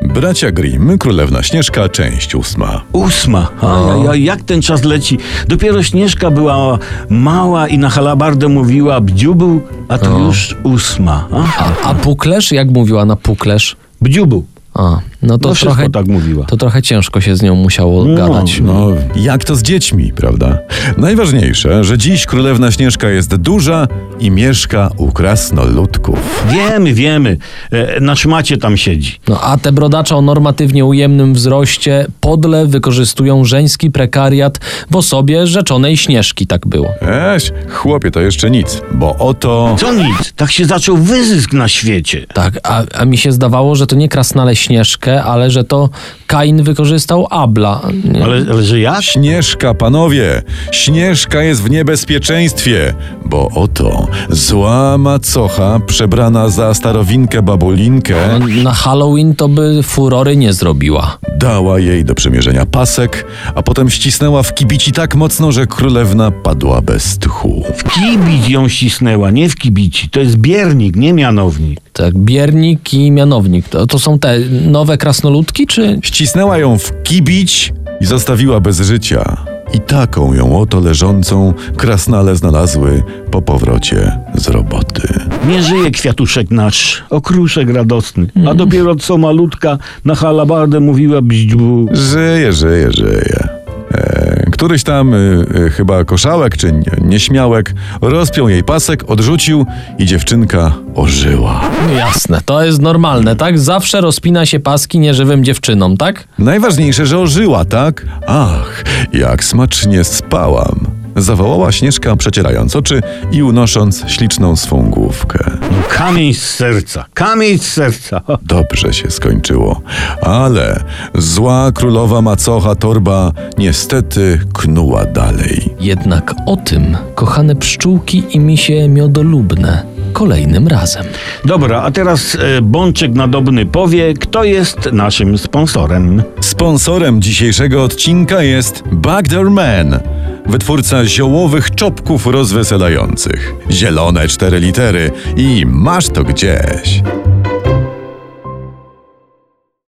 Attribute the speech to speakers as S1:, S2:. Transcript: S1: Bracia Grimm, Królewna Śnieżka, część ósma.
S2: Ósma.
S3: No.
S2: Ajajaj, jak ten czas leci. Dopiero Śnieżka była mała i na halabardę mówiła bdziubu, a to już ósma. A?
S3: No. A, a puklerz? Jak mówiła na puklerz?
S2: Bdziubu.
S3: A, no to
S2: No wszystko
S3: trochę...
S2: tak mówiła.
S3: To trochę ciężko się z nią musiało
S2: No,
S3: gadać.
S1: No, jak to z dziećmi, prawda? Najważniejsze, że dziś Królewna Śnieżka jest duża i mieszka u krasnoludków.
S2: Wiemy, wiemy. E, Nasz macie tam siedzi.
S3: No, a te brodacze o normatywnie ujemnym wzroście podle wykorzystują żeński prekariat w osobie rzeczonej Śnieżki, tak było.
S1: Eś, chłopie, to jeszcze nic, bo oto...
S2: Co nic, tak się zaczął wyzysk na świecie.
S3: Tak, a, a mi się zdawało, że to nie krasnale Śnieżkę, ale że to Kain wykorzystał Abla. Nie.
S2: Ale, ale że ja?
S1: Śnieżka, panowie! Śnieżka jest w niebezpieczeństwie, bo oto zła macocha przebrana za starowinkę babulinkę
S3: No, Na Halloween to by furory nie zrobiła.
S1: dała jej do przymierzenia pasek, a potem ścisnęła w kibici tak mocno, że królewna padła bez tchu.
S2: Kibić ją ścisnęła, nie w kibici. To jest biernik, nie mianownik.
S3: Tak, biernik i mianownik. To, to są te nowe krasnoludki, czy...
S1: Ścisnęła ją w kibić i zostawiła bez życia. I taką ją oto leżącą krasnale znalazły po powrocie z roboty.
S2: Nie żyje kwiatuszek nasz, okruszek radosny.
S3: Mm.
S2: A dopiero co malutka na halabardę mówiła bźdźbu.
S1: Żyje, żyje, żyje. E, któryś tam, y, y, chyba koszałek czy nie- nieśmiałek, rozpiął jej pasek, odrzucił i dziewczynka ożyła.
S3: No Jasne, to jest normalne, tak? Zawsze rozpina się paski nieżywym dziewczynom, tak?
S1: Najważniejsze, że ożyła, tak? Ach, jak smacznie spałam. Zawołała Śnieżka, przecierając oczy i unosząc śliczną swą główkę.
S2: No, kamień z serca, kamień z serca.
S1: Dobrze się skończyło, ale zła królowa macocha torba niestety knuła dalej.
S3: Jednak o tym, kochane pszczółki i misie miodolubne, kolejnym razem.
S2: Dobra, a teraz e, Bączek Nadobny powie, kto jest naszym sponsorem.
S1: Sponsorem dzisiejszego odcinka jest Bagder Man, wytwórca ziołowych czopków rozweselających. Zielone cztery litery i masz to gdzieś.